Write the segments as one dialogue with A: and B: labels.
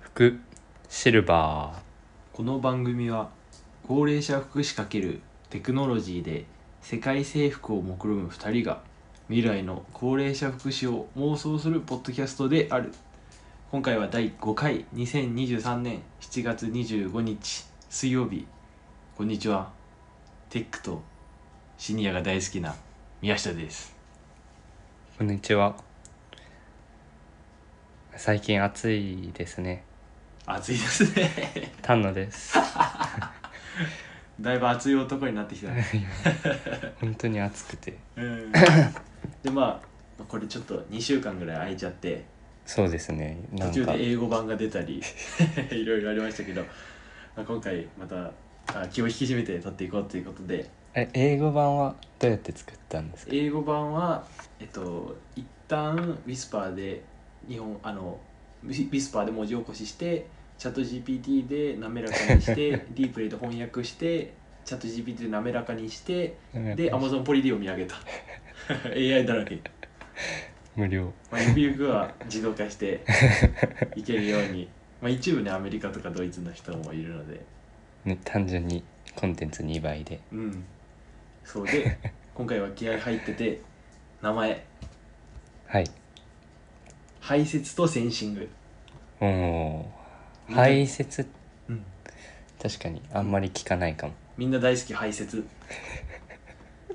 A: 福シルバ
B: この番組は高齢者福祉×テクノロジーで世界征服を目論む2人が未来の高齢者福祉を妄想するポッドキャストである今回は第5回2023年7月25日水曜日こんにちはテックとシニアが大好きな宮下です
A: ーこんにちは最近暑いですね
B: 暑いですね
A: 丹野です
B: だいぶ暑い男になってきたね
A: 本当に暑くて
B: うんでまあこれちょっと2週間ぐらい空いちゃって
A: そうですねな
B: 途
A: ん
B: 中
A: か
B: で英語版が出た りいろいろありましたけど、まあ、今回またあ気を引き締めて撮っていこうということで
A: え英語版はどうやって作ったんですか
B: 英語版はえっと一旦ウィスパーで日本あのウィウィスパーで文字起こししてチャット GPT で滑らか にしてディープレイで翻訳してチャット GPT で滑らかにしてで Amazon ポリディを見 上げた AI だらけ
A: 無料
B: まあ、ゆくゆくは自動化して いけるように、まあ、一部ねアメリカとかドイツの人もいるので
A: ね単純にコンテンツ2倍で
B: うんそうで 今回は気合入ってて名前
A: はい
B: 「排泄とセンシング
A: おお排泄」
B: うん、
A: 確かにあんまり聞かないかも
B: みんな大好き排泄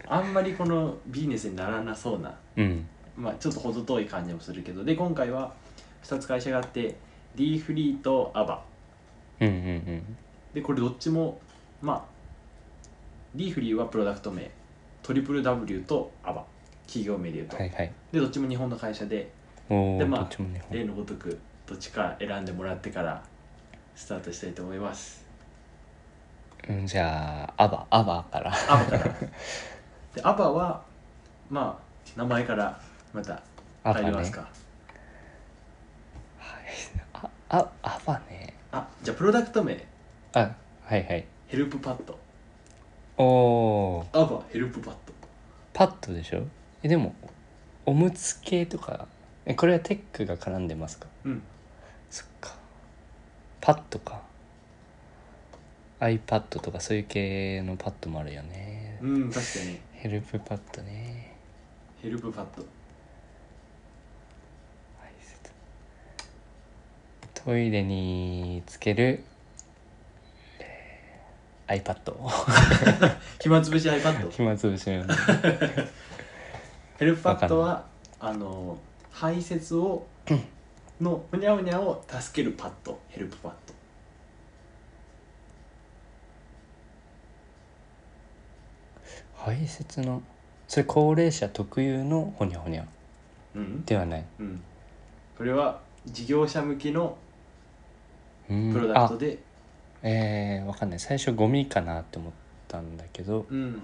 B: あんまりこのビジネスにならなそうな、
A: うん
B: まあ、ちょっと程遠い感じもするけどで今回は2つ会社があって D フリーと ABBA
A: うんうんうん
B: でこれどっちもまあリーフリーはプロダクト名トリプル W と ABBA 企業名でいうと、
A: はいはい
B: でどっちも日本の会社で
A: おお、
B: でまあ
A: どっちも日本
B: 例のごとくどっちか選んでもらってからスタートしたいと思 います
A: うん、じゃあアバアバから
B: ABBA からで ABBA はまあ名前からまた
A: ア
B: 入り
A: バ
B: ま
A: ね
B: すか、
A: はいああアバね
B: あじゃあプロダクト名
A: あはいはい
B: ヘルプパッド
A: おおー
B: ABBA ヘルプパッド
A: パッドでしょえでもおむつ系とかえこれはテックが絡んでますか
B: うん
A: そっかパッドか iPad とかそういう系のパッドもあるよね
B: うん確かに
A: ヘルプパッドね
B: ヘルプパッド
A: 排泄トイレにつける、えー、iPad
B: 暇つぶし iPad
A: 暇つぶしのような
B: ヘルプパッドはあの排泄をのうにゃうにゃを助けるパッドヘルプパッド
A: 排泄のそれ高齢者特有のほにゃほにゃ
B: うん、
A: ではない
B: うん、これは事業者向きの
A: うん
B: プロダクトで
A: あえー、わかんない最初ゴミかなって思ったんだけど
B: うん、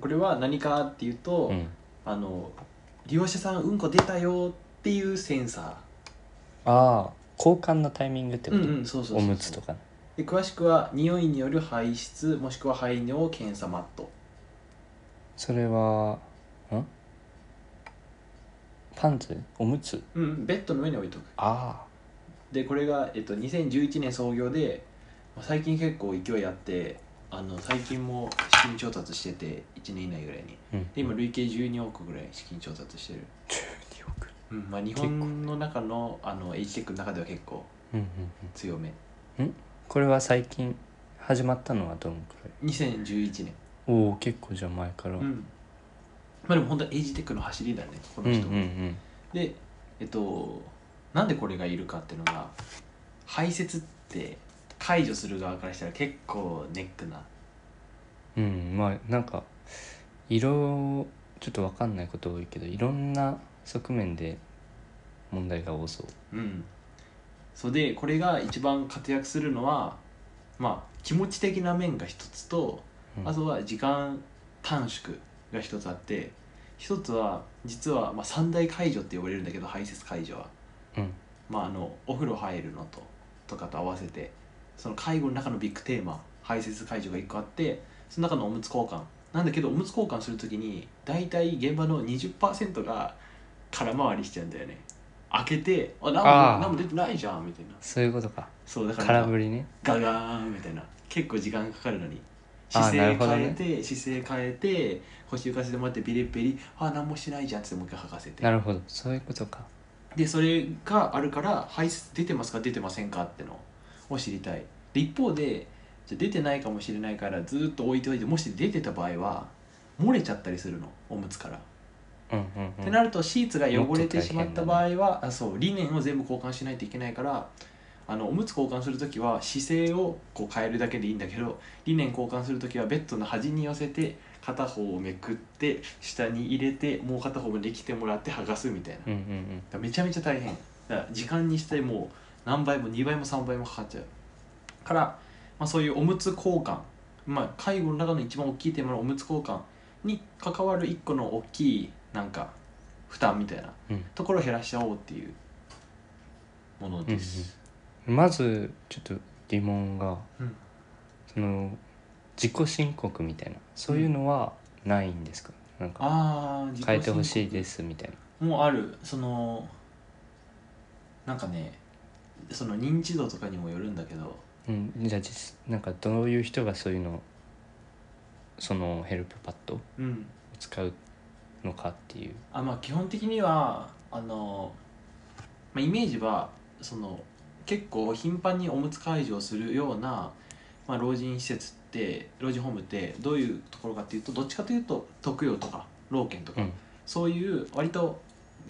B: これは何かっていうと、
A: うん
B: あの利用者さんうんこ出たよっていうセンサー
A: ああ交換のタイミングって
B: う
A: こと、
B: んうんそうそうそうそ
A: お
B: う
A: むつとか
B: で詳しくは匂いによる排出もしくは排尿検査マット
A: それはんパンツおむつ
B: うんうんベッドの上に置いとく
A: あ
B: でこれが、えっと、2011年創業でまあ最近結構勢いあってあの最近も資金調達してて1年以内ぐらいに
A: あ、うん、
B: で今累計12億ぐらい資金調達してる、
A: 12億
B: うんまあ、日
A: 結
B: 本の中のあの h テックの中では結構
A: うんうんうん
B: 強め
A: これは最近始まったのはどのくらい
B: 2011年
A: おお結構じゃあ前から、
B: うんまあでも本当は h テックの走りだねこ
A: う
B: の
A: んう
B: 人、
A: ん
B: でえっとなんでこれがいるかっていうのが排泄って解除する側からしたら結構ネックな
A: うんうんまあなんか色ちょっとわかんないこと多いけどいろんな側面で問題が多そう
B: うん、そうでこれが一番活躍するのは、まあ、気持ち的な面が一つと、
A: うん
B: あとは時間短縮が一つあって一つは実は、まあ、三大解除って呼ばれるんだけど排泄解除は、
A: うん
B: まあ、あのお風呂入るのととかと合わせてその介護の中のビッグテーマ排泄解除が一個あってその中のおむつ交換なんだけどおむつ交換するときに大体現場の20%が空回りしちゃうんだよね開けて「あ何も
A: あー
B: 何も出てないじゃん」みたいな
A: そういうことか
B: そうだから
A: 空振りね
B: ガガーンみたいな結構時間かかるのに
A: あー
B: 姿勢
A: な
B: 変
A: るほどね
B: えて、姿勢変えて腰浮かせてもらってビリッビリあー何もしてないじゃんっつってもう一回吐かせて
A: なるほどそういうことか
B: でそれがあるから排出出てますか出てませんかってのを知りたいで一方でじゃあ出てないかもしれないからずーっと置いておいてもし出てた場合は漏れちゃったりするのおむつから、
A: うんうん
B: っ
A: う
B: て
A: ん
B: なるとシーツが汚れてしまった場
A: も
B: 合は、あそうリネンを全部交換しないといけないからあのおむつ交換するときは姿勢をこう変えるだけでいいんだけどリネン交換するときはベッドの端に寄せて片方をめくって下に入れてもう片方まで来てもらって剥がすみたいな
A: うんうんうん
B: だからめちゃめちゃ大変だから時間にしてもう何倍も2倍も3倍もかかっちゃうから、まあ、そういうおむつ交換、まあ、介護の中の一番大きいテーマのおむつ交換に関わる一個の大きいなんか負担みたいな
A: うん
B: ところを減らしちゃおうっていうものです、
A: まずちょっと疑問が、
B: うん
A: その自己申告みたいなそういうのはないんですか、なんか
B: ああ自己申告
A: 変えてほしいですみたいな
B: もうあるそのなんかねその認知度とかにもよるんだけど
A: うん、じゃあ実なんかどういう人がそういうのそのヘルプパッドを
B: うん
A: 使うのかっていう
B: あまあ基本的にはあの、まあ、イメージはその結構頻繁におむつ介助をするような、まあ、老人施設って老人ホームってどういうところかっていうとどっちかというと特養とか老犬とか、
A: うん
B: そういう割と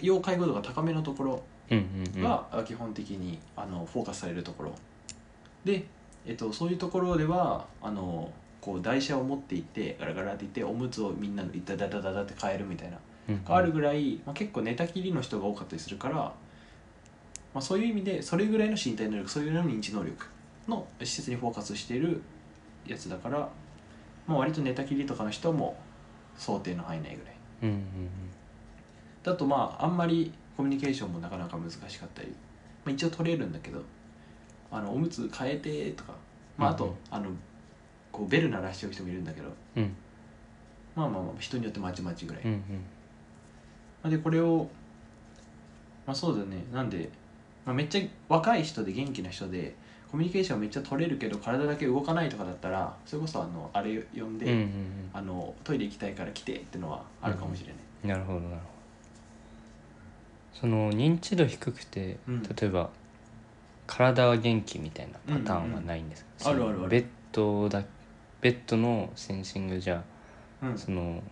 B: 要介護度が高めのところ
A: うんうんうん
B: があ基本的にあのフォーカスされるところで、えっと、そういうところではあのこう台車を持っていってガラガラっていっておむつをみんなでダダダダダって変えるみたいな。
A: うん
B: があるぐらい、まあ、結構寝たきりの人が多かったりするから、まあ、そういう意味でそれぐらいの身体能力そういうぐらいの認知能力の施設にフォーカスしているやつだから、まあ、割と寝たきりとかの人も想定の範囲内ぐらい
A: うんうん
B: だとまああんまりコミュニケーションもなかなか難しかったり、まあ、一応取れるんだけどあのおむつ変えてとか、まあ、あと、
A: うんうん
B: あのこうベル鳴らしてる人もいるんだけど、
A: うんうん
B: まあ、まあまあ人によってまちまちぐらい
A: うん
B: まあでこれをまあそうだねなんで、まあ、めっちゃ若い人で元気な人でコミュニケーションめっちゃ取れるけど体だけ動かないとかだったらそれこそあのあれ呼んで、
A: うんうんうん
B: あのトイレ行きたいから来てってのはあるかもしれない、
A: うんなるほどなるほどその認知度低くて、
B: うん
A: 例えば体は元気みたいなパターンはないんですか、
B: うんうんうんあるあるある
A: ベッドだベッドのセンシングじゃ
B: うん
A: その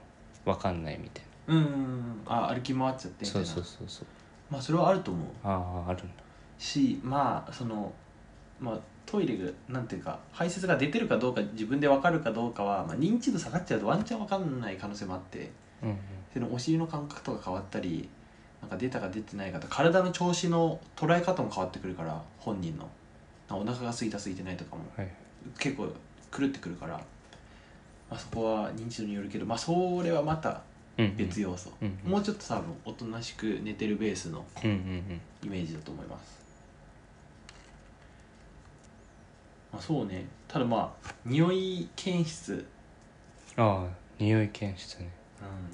A: 分かんないみたいな
B: うんうんうんあ歩き回っちゃってみた
A: そ
B: いうな
A: そうそうそう
B: まあそれはあると思う
A: あああるんだ
B: しまあそのまあトイレがなんていうか排泄が出てるかどうか自分で分かるかどうかは、まあ、認知度下がっちゃうとワンチャン分かんない可能性もあって
A: うんうん
B: そのお尻の感覚とか変わったりなんか出たか出てないかと体の調子の捉え方も変わってくるから本人のなんかお腹が空いた空いてないとかも
A: はい
B: 結構狂ってくるから、まあ、そこは認知度によるけど、まあ、それはまた
A: うんうん
B: 別要素、
A: うんうん
B: もうちょっと多分おとなしく寝てるベースの
A: うんうんうん
B: イメージだと思います、まあ、そうねただまあ匂い検出、
A: ああ匂い検出ね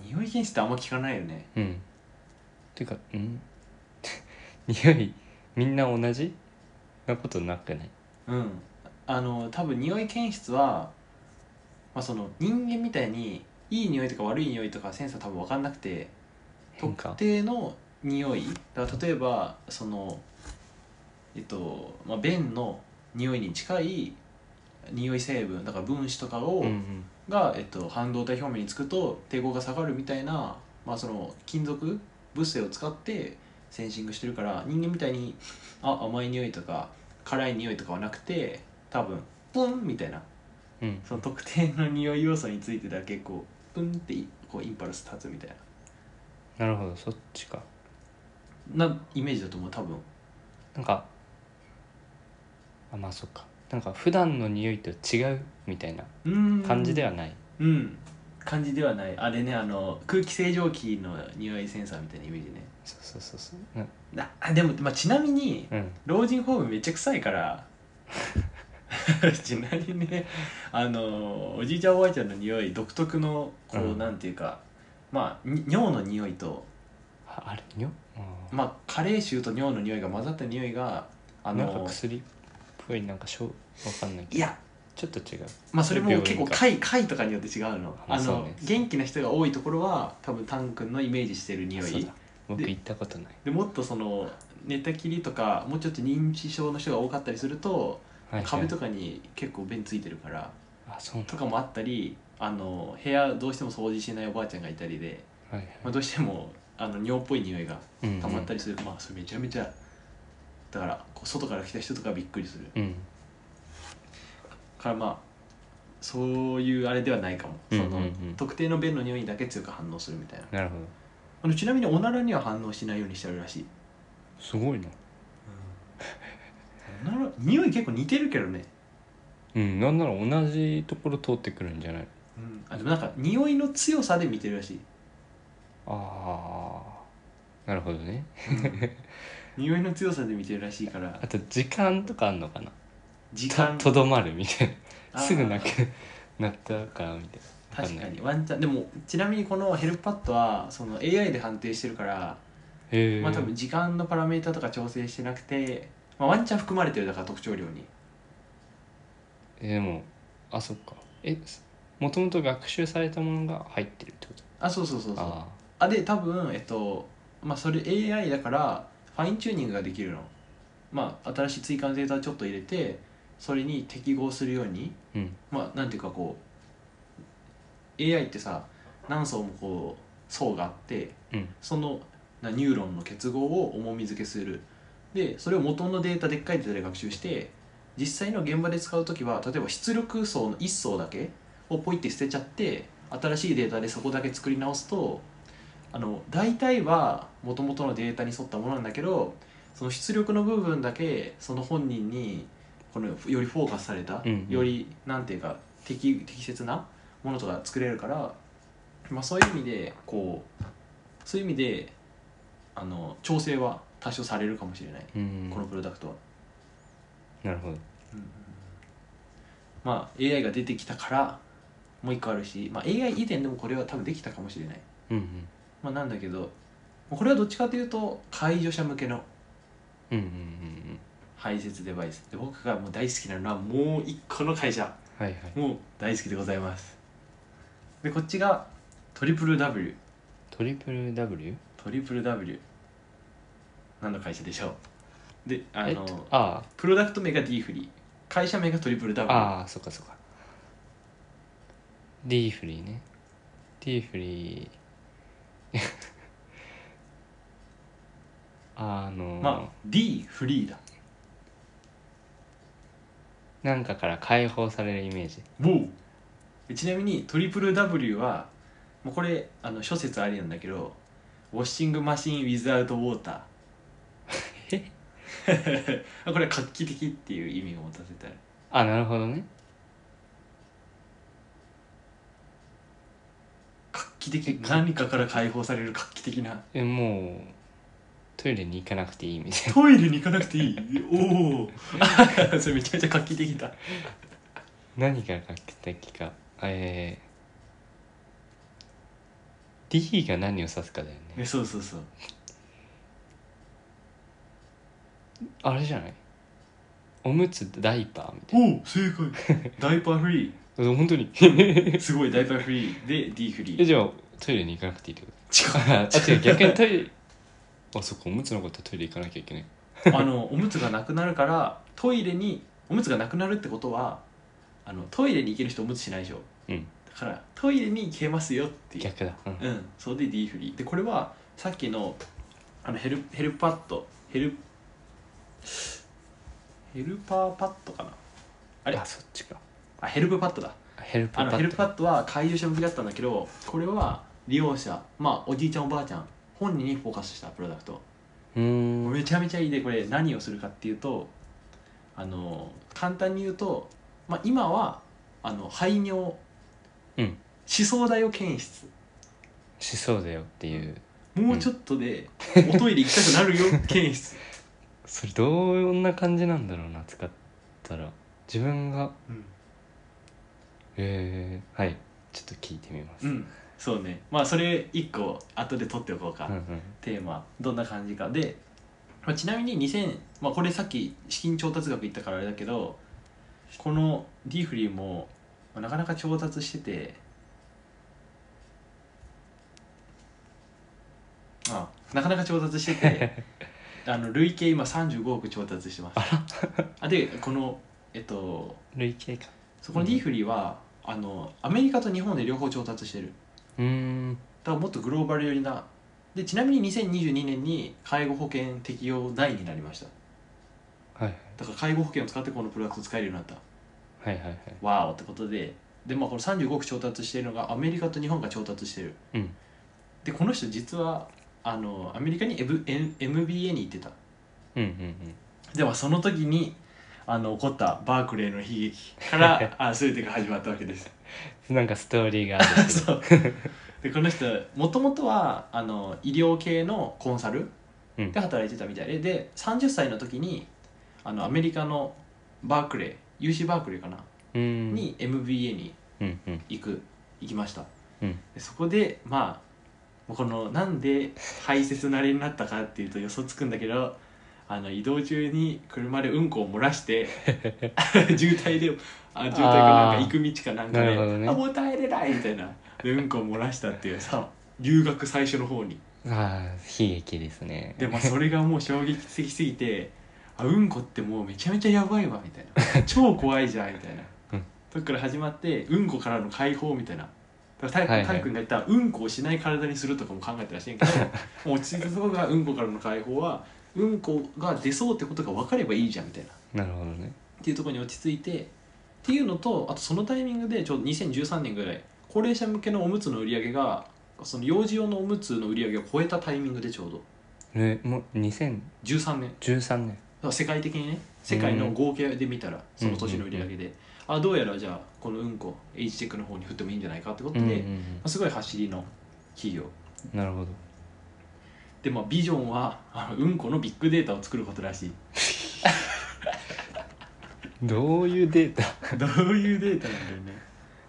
B: うん、匂い検出ってあんま聞かないよね
A: うんていうかうん 匂いみんな同じなことなくない
B: うんあの多分匂い検出は、まあ、その人間みたいにいい匂いとか悪い匂いとかセンサー多分分かんなくて
A: 変化
B: 特定の匂いだから例えばそのえっと、まあ、便の匂いに近い匂い成分だから分子とかを、
A: うんうん
B: が、えっと、半導体表面につくと抵抗が下がるみたいな、まあ、その金属物性を使ってセンシングしてるから人間みたいにあ甘い匂いとか辛い匂いとかはなくて多分プンみたいな
A: うん
B: その特定の匂い要素についてだけこうプンってこうインパルス立つみたい
A: なるほどそっちか
B: ななイメージだと思う多分
A: なんかあまあそっかなんか普段の匂いと違うみたいな
B: うーん
A: 感じではない
B: うん感じではないあれねあの空気清浄機の匂いセンサーみたいなイメージね
A: そうそうそうそうな
B: なあでも、まあ、ちなみに
A: うん
B: 老人ホームめっちゃ臭いからちなみにねあのおじいちゃんおばあちゃんの匂い独特のこう、
A: うん
B: なんていうかまあに尿の匂いと
A: ああれにょあー
B: まあ加齢臭と尿の匂いが混ざった匂いがあ
A: なんか
B: の
A: 薬っぽいなんかしょうわかんないけど
B: いや
A: ちょっと違う
B: まあそれも
A: 病
B: 結
A: 院
B: 構
A: か
B: 貝貝とかによって違うの
A: あ
B: あ
A: そう
B: の
A: ね
B: 元気な人が多いところは多分タン君のイメージしてる匂
A: そう
B: い
A: だ僕行ったことない
B: でもっとその寝たきりとかもうちょっと認知症の人が多かったりすると
A: はいはい
B: 壁とかに結構便ついてるから
A: あそうなん
B: と
A: だ
B: かもあったりあの部屋どうしても掃除しないおばあちゃんがいたりで、
A: はいはい
B: まあ、どうしてもあの尿っぽい匂いが
A: うん
B: 溜まったりする、まあそれめちゃめちゃだからこう外から来た人とかびっくりする
A: うん
B: からまあそういうあれではないかも、
A: うんうんうん
B: その特定の便の匂いだけ強く反応するみたいな
A: なるほど
B: あのちなみにおならには反応しないようにしてあるらしい、
A: すごいな
B: おなら匂い結構似てるけどね、
A: うんなんなら同じところ通ってくるんじゃない
B: うん、あでもなんか匂いの強さで見てるら しい
A: ああなるほどね
B: 匂いの強さで見てるらしいから
A: あと時間とかあんのかな
B: 時
A: と
B: 間
A: とどまるみたい
B: あ
A: な
B: ー
A: すぐなくなったからみたいなわ
B: 確
A: んな
B: か
A: い
B: にワンチャンでもちなみにこのヘルプパッドはその AI で判定してるから、
A: へえ
B: まあ、多分時間のパラメータとか調整してなくて、まあ、ワンチャン含まれてるだから特徴量に
A: えでもあそっかえもともと学習されたものが入ってるってこと
B: あそうそうそうそうあ
A: あ
B: で多分えっとまあそれ AI だからファインチューニングができるのまあ新しい追加のデータをちょっと入れてそれに適合するように
A: あうん
B: まあなんていうかこう AI ってさ何層もこう層があって
A: うん
B: そのなニューロンの結合を重み付けするでそれを元のデータでっかいデータで学習して実際の現場で使う時は例えば出力層の1層だけをポイって捨てちゃって新しいデータでそこだけ作り直すとあの大体は元々のデータに沿ったものなんだけどその出力の部分だけその本人にこのよりフォーカスされた、
A: うんうん
B: よりなんていうか適適切なものとか作れるから、まあ、そういう意味でこうそういう意味であの調整は多少されるかもしれない、
A: うん
B: このプロダクトは、
A: なるほど
B: まあ AI が出てきたからもう一個あるし、まあ、AI 以前でもこれは多分できたかもしれない、
A: うん
B: まあ、なんだけどこれはどっちかというと介助者向けの
A: うんうんうんうん
B: 排泄デバイスで僕がもう大好きなのはもう一個の会社
A: うんはいはい
B: もう大好きでございますでこっちがトリプル W
A: トリプル W?
B: トリプル W 何の会社でしょうであ
A: えっ
B: の
A: とあ
B: プロダクト名が D フリー会社名がトリプル
A: あ
B: W
A: ああそっかそっか D フリーね D フリー あの
B: まあ D フリーだ
A: なんかから解放されるイメージ
B: もうちなみにトリプル W はもうこれあの諸説ありなんだけどウォッシングマシンウィズアウトウォーター これは画期的っていう意味を持たせてある
A: あなるほどね
B: 画期的何かから解放される画期的な
A: えもうトイレに行かな くていいみたい
B: トイレに行かなくていいおお それめちゃめちゃ画期的だ
A: な何が画期的かえー、D が何を指すかだよ
B: え
A: ね
B: そうそうそう
A: あれじゃないおむつダイパーみたい
B: おお正解ダイパーフリ
A: なえ本当に
B: ーすごいダイパーフリーで D フリ
A: え
B: ー
A: じゃあトイレに行かなくていいってこと
B: 違う
A: あ違う 逆にトイレあそっかおむつのことはトイレ行かなきゃいけない
B: あのおむつがなくなるからトイレにおむつがなくなるってことはあのトイレに行ける人おむつしないでしょ
A: うん
B: だからトイレに行けますよっていう
A: 逆だ、うん
B: うんそれで D フリーでこれはさっきのあのヘルヘルパッドヘルヘルパーパッドかなあれ
A: あそっちか
B: あヘルプパッドだ
A: あヘルプパ
B: あ
A: ッ
B: の
A: ド
B: ヘルプパッドは介助者向けだったんだけどこれは利用者まあおじいちゃんおばあちゃん本人にフォーカスしたプロダクト
A: うーん
B: めちゃめちゃいいでこれ何をするかっていうとあの簡単に言うと、まあ、今はあの排尿、
A: うん
B: 思想台を検出
A: しそうだよっていう
B: もうちょっとで、おトイレ行きたくなるよ検出、
A: それどんな感じなんだろうな使ったら自分が
B: うん
A: えー、はいちょっと聞いてみます、
B: そうねまあそれ一個後で取っておこうか、
A: うんうん
B: テーマどんな感じかで、まあ、ちなみに2000、まあ、これさっき資金調達額言ったからあれだけどこのディーフリーもまあなかなか調達しててあなかなか調達しててあの累計今35億調達してますあでこのえっと
A: 累計か
B: そこのディーフリーは、あのアメリカと日本で両方調達してる
A: うーん
B: だからもっとグローバル寄りなでちなみに2022年に介護保険適用内になりました
A: はいはい
B: だから介護保険を使ってこのプロダクト使えるようになっ
A: はいはいはい
B: たわーおってことででまあこの35億調達してるのがアメリカと日本が調達してる
A: うん
B: でこの人実はあのアメリカに、M M、MBA に行ってた
A: うんうん
B: ではその時にあの起こったバークレーの悲劇から あ全てが始まったわけです
A: うんなんかストーリーがあるけど
B: そうでこの人もともとはあの医療系のコンサル
A: うん
B: で働いてたみたいでで30歳の時にあのアメリカのバークレー UC バークレーかな、
A: うーん
B: に MBA に
A: うんうん
B: 行く行きました、
A: うん
B: でそこでまあもうこのなんで排泄慣れになったかっていうと予想つくんだけどあの移動中に車でうんこを漏らして 渋滞であ渋滞かなんか行く道かなんか
A: な
B: で、
A: るほどね
B: あもう耐えれないみたいなでうんこを漏らしたっていうさ留学最初の方に
A: ああ悲劇ですね
B: でもそれがもう衝撃的すぎてあうんこってもうめちゃめちゃやばいわみたい な超怖いじゃんみたいな、
A: うん
B: そっから始まってうんこからの解放みたいなだから
A: はい
B: 体
A: はい
B: 育体育になったらうんこをしない体にするとかも考えてらしいんやけ どもう落ち着いたところがうんこからの解放はうんこが出そうってことが分かればいいじゃんみたいなっ
A: なるほどね
B: ていうところに落ち着いてっていうのとあとそのタイミングでちょうど2013年ぐらい高齢者向けのおむつの売り上げがその幼児用のおむつの売り上げを超えたタイミングでちょうど
A: ねもう2013
B: 13年
A: 年
B: だから世界的にね世界の合計で見たらその年の売り上げで、あどうやらじゃあこのうんこ H チェックの方に振ってもいいんじゃないかってこと
A: う
B: で、
A: んうん
B: まあすごい走りの企業
A: うんなるほど
B: でまあビジョンはあのうんこのビッグデータを作ることらしい
A: どういうデータ
B: どういうデータなんだよね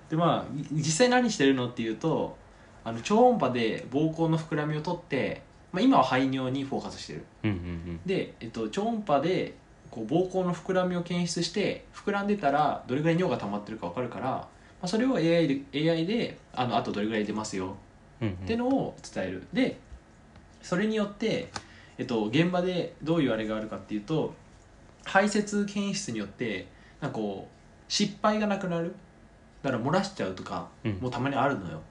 B: でまあい実際何してるのっていうとあの超音波で膀胱の膨らみを取って、まあ、今は排尿にフォーカスしてる
A: うんうん
B: で、えっと、超音波でこう膀胱の膨らみを検出して膨らんでたらどれぐらい尿が溜まってるか分かるから、まあ、それを AI で AI であのあとどれぐらい出ますよ
A: うんうん
B: ってのを伝えるでそれによって、えっと、現場でどういうあれがあるかっていうと排泄検出によってなんかこう失敗がなくなるだから漏らしちゃうとか
A: うん
B: もうたまにあるのよ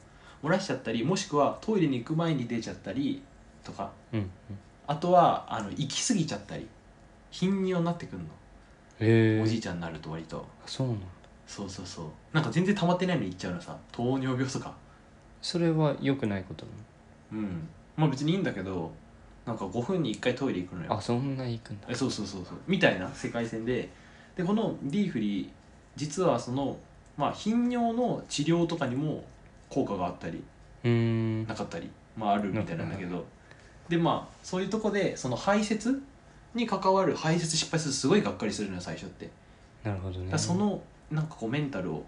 B: 漏らしちゃったりもしくはトイレに行く前に出ちゃったりとか
A: うんうん
B: あとはあの行き過ぎちゃったり頻尿になってくるの、
A: へえ
B: おじいちゃんになると割と
A: そうなんだ
B: そうそうそうなんか全然溜まってないのに行っちゃうのさ糖尿病とか
A: それは良くないことな
B: うんまあ別にいいんだけどなんか5分に1回トイレ行くの
A: の
B: よ
A: あそんな行くんだ
B: えそうそうそうそうみたいな世界線ででこのリーフリー実はそのまあ頻尿の治療とかにも効果があったり
A: うーん
B: なかったり、まあ、あるみたいなんだけどでまあそういうとこでその排泄に関わる排泄失敗するとすごいがっかりするのよ最初って
A: なるほど
B: だか
A: ね
B: らそのなんかこうメンタルを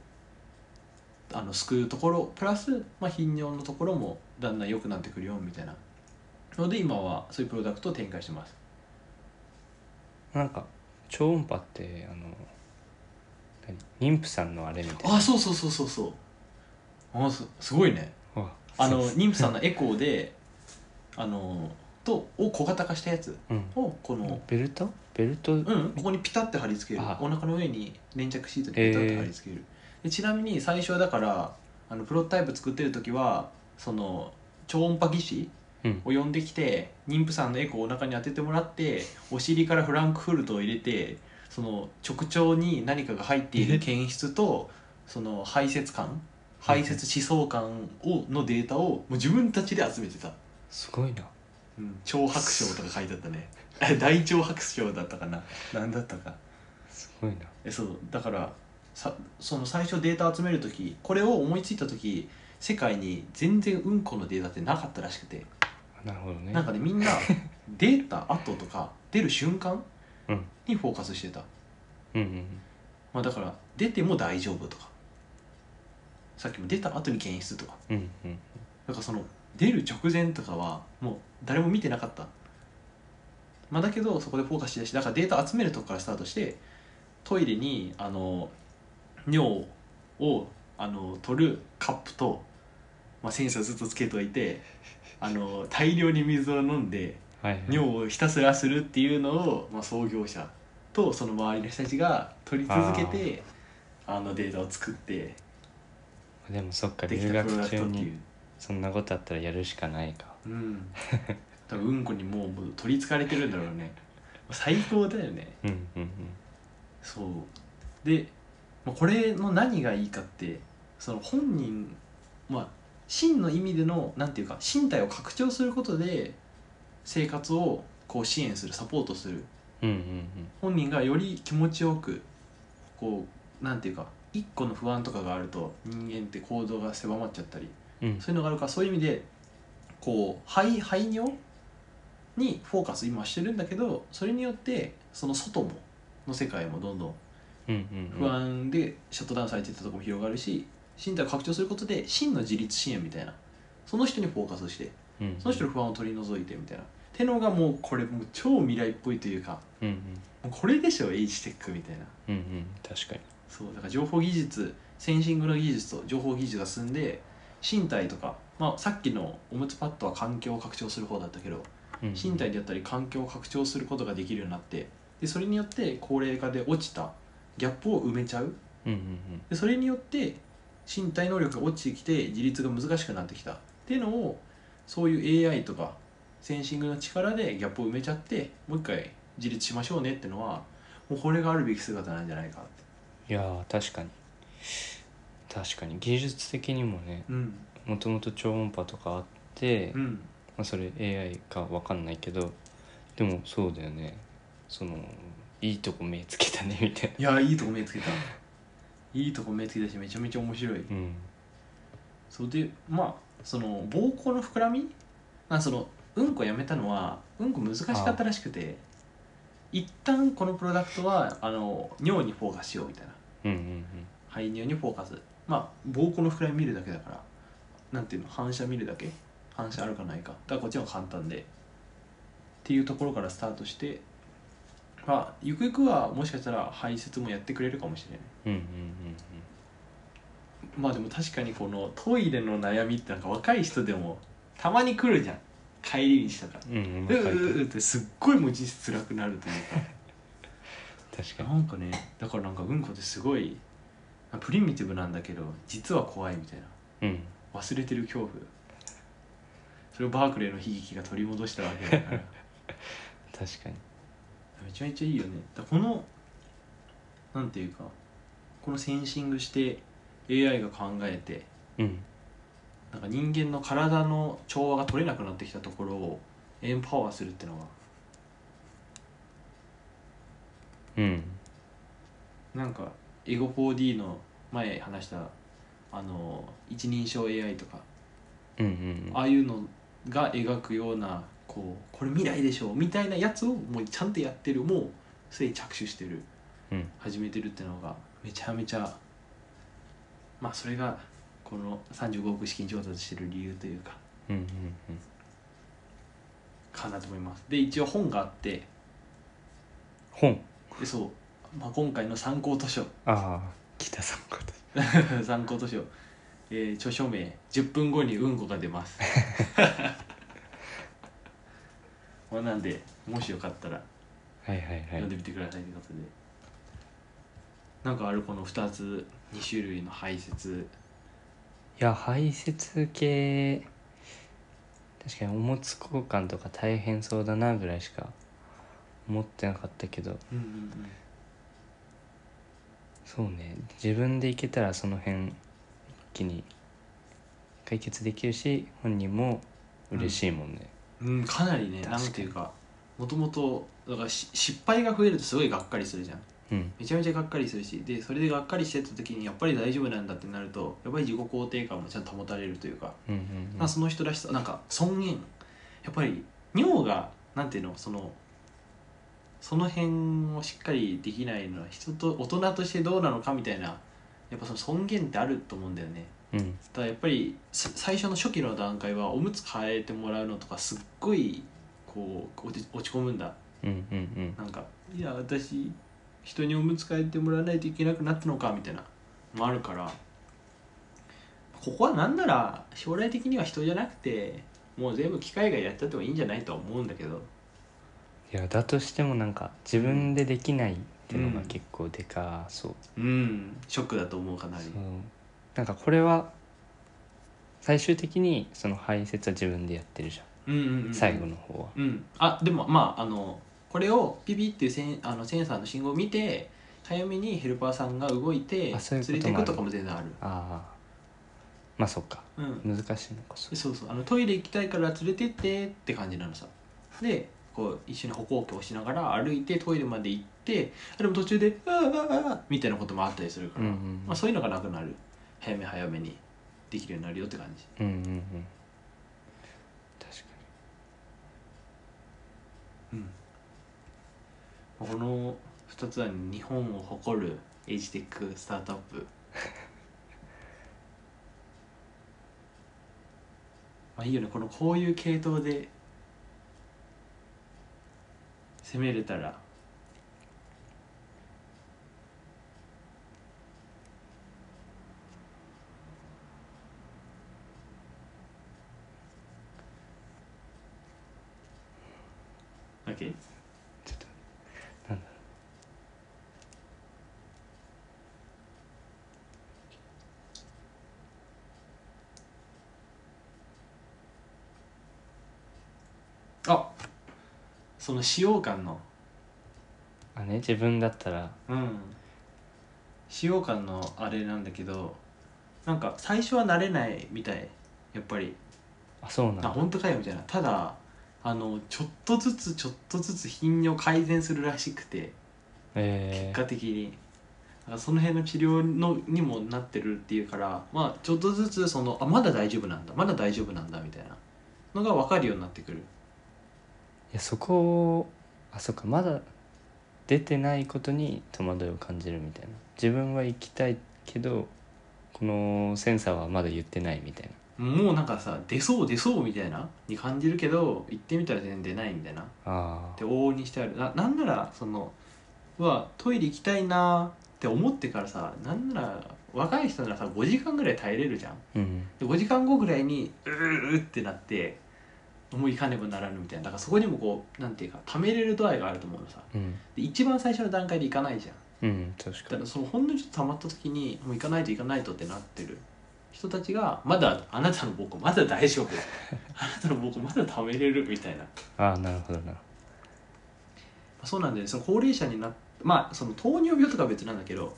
B: あの救うところプラス、まあ、頻尿のところもだんだん良くなってくるよみたいなので今はそういうプロダクトを展開してます
A: なんか超音波ってあの何妊婦さんのあれみたいな
B: あそうそうそうそうそうあすすごいね
A: あ
B: あの妊婦さん のエコーであのとを小型化したやつ
A: うん
B: をこの
A: ベルトベルト
B: うん、ここにピタッて貼り付ける
A: あ
B: お腹の上に粘着シートにピタッて貼り付ける、でちなみに最初はだからあのプロトタイプ作ってる時はその超音波技師
A: うん
B: を呼んできて、妊婦さんのエコーをお腹に当ててもらってお尻からフランクフルトを入れてその直腸に何かが入っている検出とその排泄感排泄思想感をのデータをもう自分たちで集めてた
A: すごいな
B: うん、超白鳥とか書いてあったね 大腸白鳥だったかな何だったか
A: すごいな
B: えそうだからさその最初データ集める時これを思いついた時世界に全然うんこのデータってなかったらしくて
A: なるほどね
B: なんかねみ んなデータ後とか出る瞬間
A: うん
B: にフォーカスしてた、
A: うんうん
B: まあ、だから出ても大丈夫とかさっきも出た後に検出とか
A: うんうん
B: なんかその出る直前とかはもう誰も見てなかった、まあ、だけどそこでフォーカスしだしだからデータ集めるとこからスタートしてトイレにあの尿をあの取るカップと、まあ、センサーずっとつけといてあの大量に水を飲んで
A: はいはい
B: 尿をひたすらするっていうのを、まあ、創業者とその周りの人たちが取り続けてあのデータを作って
A: でもそっか
B: でき
A: 留
B: たプロダ
A: 学
B: ク
A: 中
B: トってい
A: に
B: う。
A: そんなことあったらやるしかないか
B: うん、多分うんこにもうもう取りつかれてるんだろうね最高だよね
A: うんうん
B: そうで、まあ、これの何がいいかってその本人まあ真の意味でのなんていうか身体を拡張することで生活をこう支援するサポートする
A: うんうんうん
B: 本人がより気持ちよくこうなんていうか一個の不安とかがあると人間って行動が狭まっちゃったり
A: うんうん
B: そういうのがあるからそういう意味でこう排排尿にフォーカス今してるんだけどそれによってその外もの世界もどんどん
A: うんうん
B: 不安でシャットダウンされてたとこも広がるし身体を拡張することで真の自立支援みたいなその人にフォーカスして
A: うんうん
B: その人の不安を取り除いてみたいなてのがもうこれもう超未来っぽいというか
A: うんうん
B: もうこれでしょ H テックみたいな
A: うんうん確かに
B: そうだから情報技術センシングの技術と情報技術が進んで身体とか、まあ、さっきのおむつパッドは環境を拡張する方だったけど
A: うんうん
B: 身体であったり環境を拡張することができるようになってでそれによって高齢化で落ちたギャップを埋めちゃう
A: うんうんうん
B: でそれによって身体能力が落ちてきて自立が難しくなってきたっていうのをそういう AI とかセンシングの力でギャップを埋めちゃってもう一回自立しましょうねってのはもうこれがあるべき姿なんじゃないかって。
A: いやー確かに確かに技術的にもね
B: うん
A: もともと超音波とかあって、
B: う
A: ま
B: ん
A: あ、それ AI かわかんないけどでもそうだよねそのいいとこ目つけたねみたいない
B: やいいとこ目つけたいいとこ目つけたしめちゃめちゃ面白い
A: うん
B: そうでまあその膀胱の膨らみまあそのうんこやめたのはうんこ難しかったらしくて一旦このプロダクトはあの尿にフォーカスしようみたいな
A: うんうん
B: 排尿にフォーカスまあ膀胱の膨らみ見るだけだからなんていうの反射見るだけ反射あるかないかだからこっちの方が簡単でっていうところからスタートしてまあゆくゆくはもしかしたら排泄もやってくれるかもしれな
A: う
B: い
A: んうんうん
B: まあでも確かにこのトイレの悩みってなんか若い人でもたまに来るじゃん帰り道とか
A: うんうんうん
B: う
A: わ
B: う
A: かる
B: ううってすっごいもう人生辛くなるという
A: 確か
B: か
A: に
B: なんかねだからなんかうんこってすごいプリミティブなんだけど実は怖いみたいな
A: うん
B: 忘れてる恐怖それをバークレーの悲劇が取り戻したわけだから
A: 確かに
B: めちゃめちゃいいよねだからこのなんていうかこのセンシングして AI が考えて
A: うん
B: なんか人間の体の調和が取れなくなってきたところをエンパワーするってのは
A: うん
B: なんかエゴ 4D の前話したあの一人称 AI とか
A: うんうん
B: ああいうのが描くようなこうこれ未来でしょみたいなやつをもうちゃんとやってるもうすでに着手してる、
A: うん
B: 始めてるってのがめちゃめちゃまあそれがこの35億資金調達してる理由というか
A: うんうん
B: かなと思いますで一応本があって
A: 本
B: でそう、まあ、今回の参考図書
A: ああ北さんこと
B: 参考図書、えー著書名「10分後にうんこが出ます」 まあなんでもしよかったら
A: はいはいはい
B: 読んでみてくださいということで、なんかあるこの2つ2種類の排泄
A: いや排泄系確かにおむつ交換とか大変そうだなぐらいしか思ってなかったけど
B: うんうん
A: そうね自分で行けたらその辺一気に解決できるし本人も嬉しいもんね、
B: うん、うん、かなりね
A: 確か
B: な
A: に
B: んていうかもともとだからし失敗が増えるとすごいがっかりするじゃん
A: うん、
B: めちゃめちゃがっかりするしでそれでがっかりしてた時にやっぱり大丈夫なんだってなるとやっぱり自己肯定感もちゃんと保たれるというか、
A: うんうんうん
B: まあ、その人らしさなんか尊厳やっぱり尿がなんていうのそのその辺をしっかりできないのは人と大人としてどうなのかみたいなやっぱその尊厳ってあると思うんだよね
A: うん
B: ただやっぱりさ最初の初期の段階はおむつ変えてもらうのとかすっごいこう落ち落ち込むんだ
A: うんうん
B: なんかいや私人におむつ変えてもらわないといけなくなったのかみたいなもあるからここはなんなら将来的には人じゃなくてもう全部機械がやったってもいいんじゃないとは思うんだけど
A: いやだとしてもなんか自分でできないっていうのが結構でかそう
B: うんショックだと思うかなり
A: そうなんかこれは最終的にその排泄は自分でやってるじゃ
B: うんうんうんん
A: 最後の方は
B: うん、あでもまああのこれをピピっていうセンあのセンサーの信号を見て早めにヘルパーさんが動いて
A: あそういうこと
B: 連れてい
A: もある
B: くとかも全然ある
A: ああまあそっか
B: うん、
A: 難しいのかそ
B: で
A: れ
B: そうそうあのトイレ行きたいから連れてってって感じなのさでこう一緒に歩行器をしながら歩いてトイレまで行ってあでも途中で「あーあーあーみたいなこともあったりするか
A: うん
B: ら、
A: うんうん
B: まあ、そういうのがなくなる早め早めにできるようになるよって感じ
A: うんうんうん確か
B: この2つは日本を誇る h テックスタートアップ まあいいよねこのこういう系統で攻めれたらオッケーあその使用感の
A: にあね自分だったら
B: うん使用感のあれなんだけどなんか最初は慣れないみたいやっぱり
A: あそうなん
B: あ
A: だ
B: 本当かよみたいなただあのちょっとずつちょっとずつ頻尿改善するらしくて
A: え
B: 結
A: ー
B: 果的にだからその辺の治療のにもなってるっていうからまあちょっとずつそのあまだ大丈夫なんだまだ大丈夫なんだみたいなのが分かるようになってくる
A: いやそこをあそっかまだ出てないことに戸惑いを感じるみたいな自分は行きたいけどこのセンサーはまだ言ってないみたいな
B: もうなんかさ出そう出そうみたいなに感じるけど行ってみたら全然出ないみたいな
A: あ
B: っ
A: あ
B: て往々にしてあるななんならそのうわトイレ行きたいなって思ってからさなんなら若い人ならさ5時間ぐらい耐えれるじゃん
A: うん
B: で5時間後ぐらいにうーってなってもう行かねばならぬみたいなだからそこにもこうなんていうかためれる度合いがあると思うのさ
A: うん
B: で一番最初の段階で行かないじゃ
A: う
B: ん
A: ん確か
B: だか
A: に
B: らそのほんのちょっと溜まった時にもう行かないと行かないとってなってる人たちがまだあなたの膀胱まだ大丈夫あなたの膀胱まだ溜めれるみたいな
A: ああなるほどな
B: そうなんだよねその高齢者になっまあその糖尿病とかは別なんだけど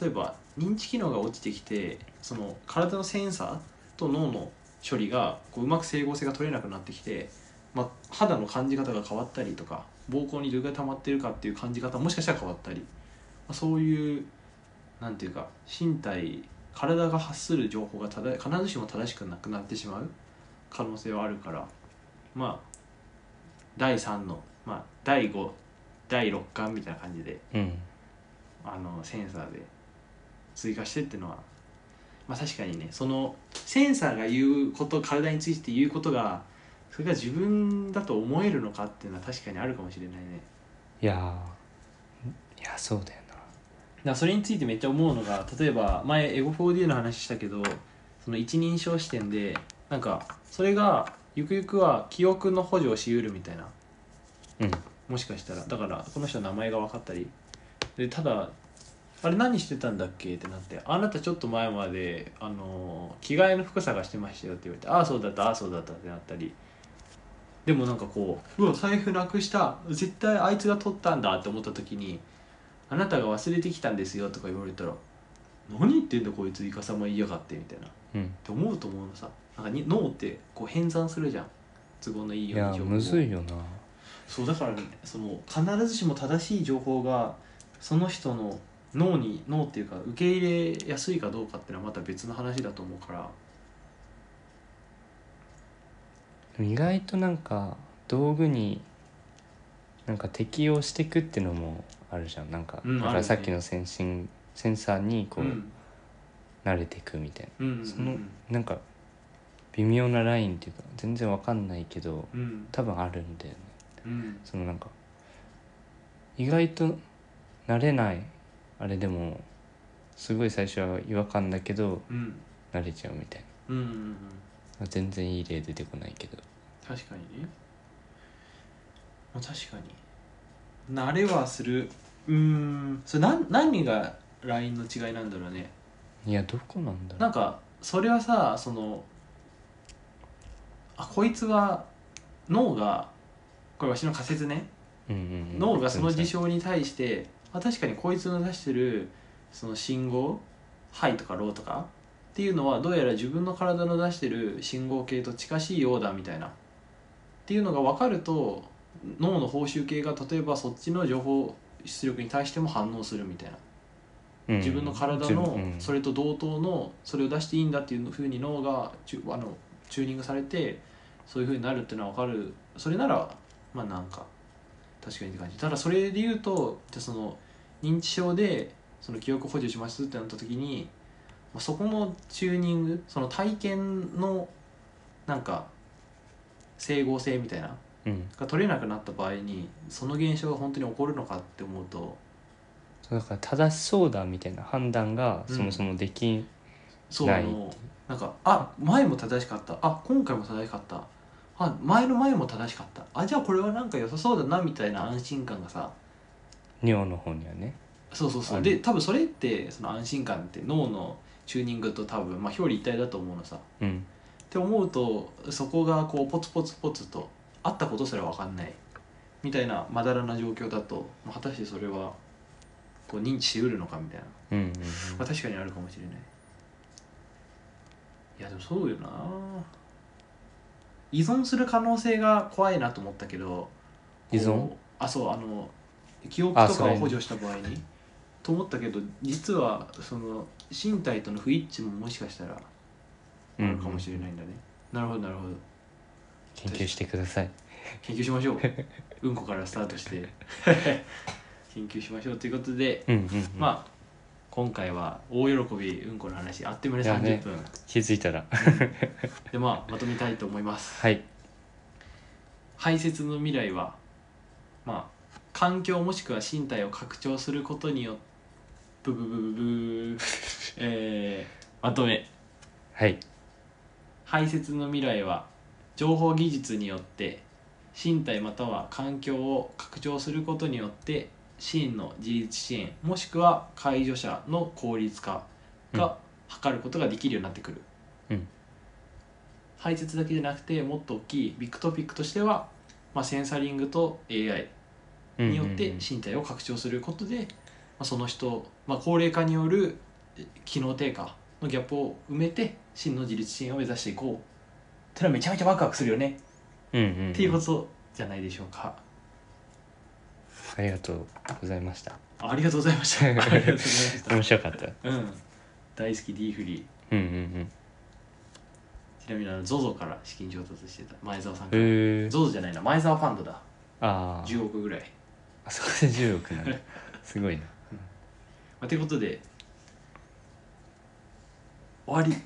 B: 例えば認知機能が落ちてきてその体のセンサーと脳の処理がこううまく整合性が取れなくなってきて、まあ、肌の感じ方が変わったりとか膀胱にどれぐらい溜まってるかっていう感じ方もしかしたら変わったり、まあ、そういうなんていうか身体体が発する情報が正必ずしも正しくなくなってしまう可能性はあるからまあ第3の、まあ、第5第6巻みたいな感じで
A: うん
B: あのセンサーで追加してっていうのはまあ確かにねそのセンサーが言うこと体について言うことがそれが自分だと思えるのかっていうのは確かにあるかもしれないね
A: いやーいやそうだよ
B: だからそれについてめっちゃ思うのが例えば前エゴ 4D の話したけどその一人称視点でなんかそれがゆくゆくは記憶の補助をしうるみたいな
A: なうん
B: もしかしたらだからこの人の名前が分かったりでただあれ何してたんだっけってなって「あなたちょっと前まであの着替えの服探してましたよ」って言われて「ああそうだったああそうだった」ってなったりでもなんかこう「うわ財布なくした絶対あいつが取ったんだ」って思った時に「あなたが忘れてきたんですよ」とか言われたら「何言ってんだこいつイカサマ言いやがって」みたいなっ
A: うん
B: て思うと思うのさなんかに脳ってこう変算するじゃん都合のい
A: い
B: いよう
A: や
B: に情報を
A: むずいよな
B: そうだからねその必ずしも正しい情報がその人の脳に脳っていうか受け入れやすいかどうかっていうのはまた別の話だと思うから
A: でも意外となんか道具になんか適用していくってのもあるじゃんなんか、
B: うん
A: だか
B: ある
A: ら
B: ね
A: さっきのセンシンセンサーにこう、
B: うん
A: 慣れていくみたい
B: うんうんうん
A: そのななんか微妙なラインっていうか全然わかんないけど
B: うん
A: 多分あるんだよね
B: うん
A: そのなんか意外と慣れないあれでもすごい最初は違和感だけど
B: うん
A: 慣れちゃうみたい
B: うんうんうん
A: な全然いい例出てこないけど
B: 確かにね、まあ、確かに慣れはするうーんそれなん何が LINE の違いなんだろうね
A: いやどこなんだろ
B: な
A: うん
B: かそれはさそのあこいつは脳がこれわしの仮説ね
A: うんうんうん
B: 脳がその事象に対してあ確かにこいつの出してるその信号「はい」とか「ロー」とかっていうのはどうやら自分の体の出してる信号系と近しいようだみたいなっていうのが分かると脳の報酬系が例えばそっちの情報出力に対しても反応するみたいな
A: うん
B: 自分の体
A: 自分
B: の
A: うん
B: それと同等のそれを出していいんだっていうふうに脳がチュあのチューニングされてそういうふうになるっていうのは分かるそれならまあなんか確かにって感じただそれで言うとじゃあその認知症でその記憶補充しますってなった時にまあそこのチューニングその体験のなんか整合性みたいな
A: うん
B: が取れなくなった場合にその現象が本当に起こるのかって思うと
A: そうだから正しそうだみたいな判断がそもそもできん、
B: そう
A: な
B: あ
A: い
B: のなんかあ前も正しかったあ今回も正しかったあ前の前も正しかったあじゃあこれはなんか良さそうだなみたいな安心感がさ
A: 尿の方にはね
B: そうそうそ
A: あ
B: う
A: る
B: で多分それってその安心感って脳のチューニングと多分、まあ、表裏一体だと思うのさっ
A: うん
B: て思うとそこがこうポツポツポツとあったことすら分かんないみたいなまだらな状況だと、まあ、果たしてそれはこう認知しうるのかみたいな
A: うんうん
B: まあ確かにあるかもしれないいやでもそうよな依存する可能性が怖いなと思ったけど
A: 依存
B: こうあそうあの記憶
A: あ
B: と
A: そ
B: か
A: れ
B: を補助した場合にと思ったけど実はその身体との不一致ももしかしたらあ
A: うん
B: るかもしれないんだね、なるほどな るほど
A: 研究してください
B: 研究しましょ ううんこからスタートして研究しましょうということで
A: うんうん、うん、
B: まあ今回は大喜びうんこの話あっという間に
A: いやね
B: 30分、
A: 気づいたら
B: でまあまとめたいと思います
A: はい
B: 排泄の未来はまあ環境もしくは身体を拡張することによ ってブブブブブーえーまとめ
A: はい
B: 排泄の未来は情報技術によって身体または環境を拡張することによってシーンの自立支援もしくは介助者の効率化が図ることができるようになってくる、
A: うん
B: 排泄だけじゃなくてもっと大きいビッグトピックとしては、まあ、センサリングと AI によっ
A: うんうん
B: て
A: うん
B: 身体を拡張することで、まあ、その人、まあ、高齢化によるえ機能低下のギャップを埋めて真の自立支援を目指していこうってのはめちゃめちゃワクワクするよね、
A: うんうんうん
B: っていうことじゃないでしょうか
A: ありがとうございました
B: ありがとうございましたありがとうございました
A: 面白かった
B: うん大好き D フリー
A: うんうん
B: ちなみにあの ZOZO から資金調達してた前澤さん
A: う
B: から、
A: んへえ
B: ZOZO じゃないな前澤ファンドだ
A: あー
B: 10億ぐらい
A: あそこで10億なんだ すごいな
B: まあ、ということで終わり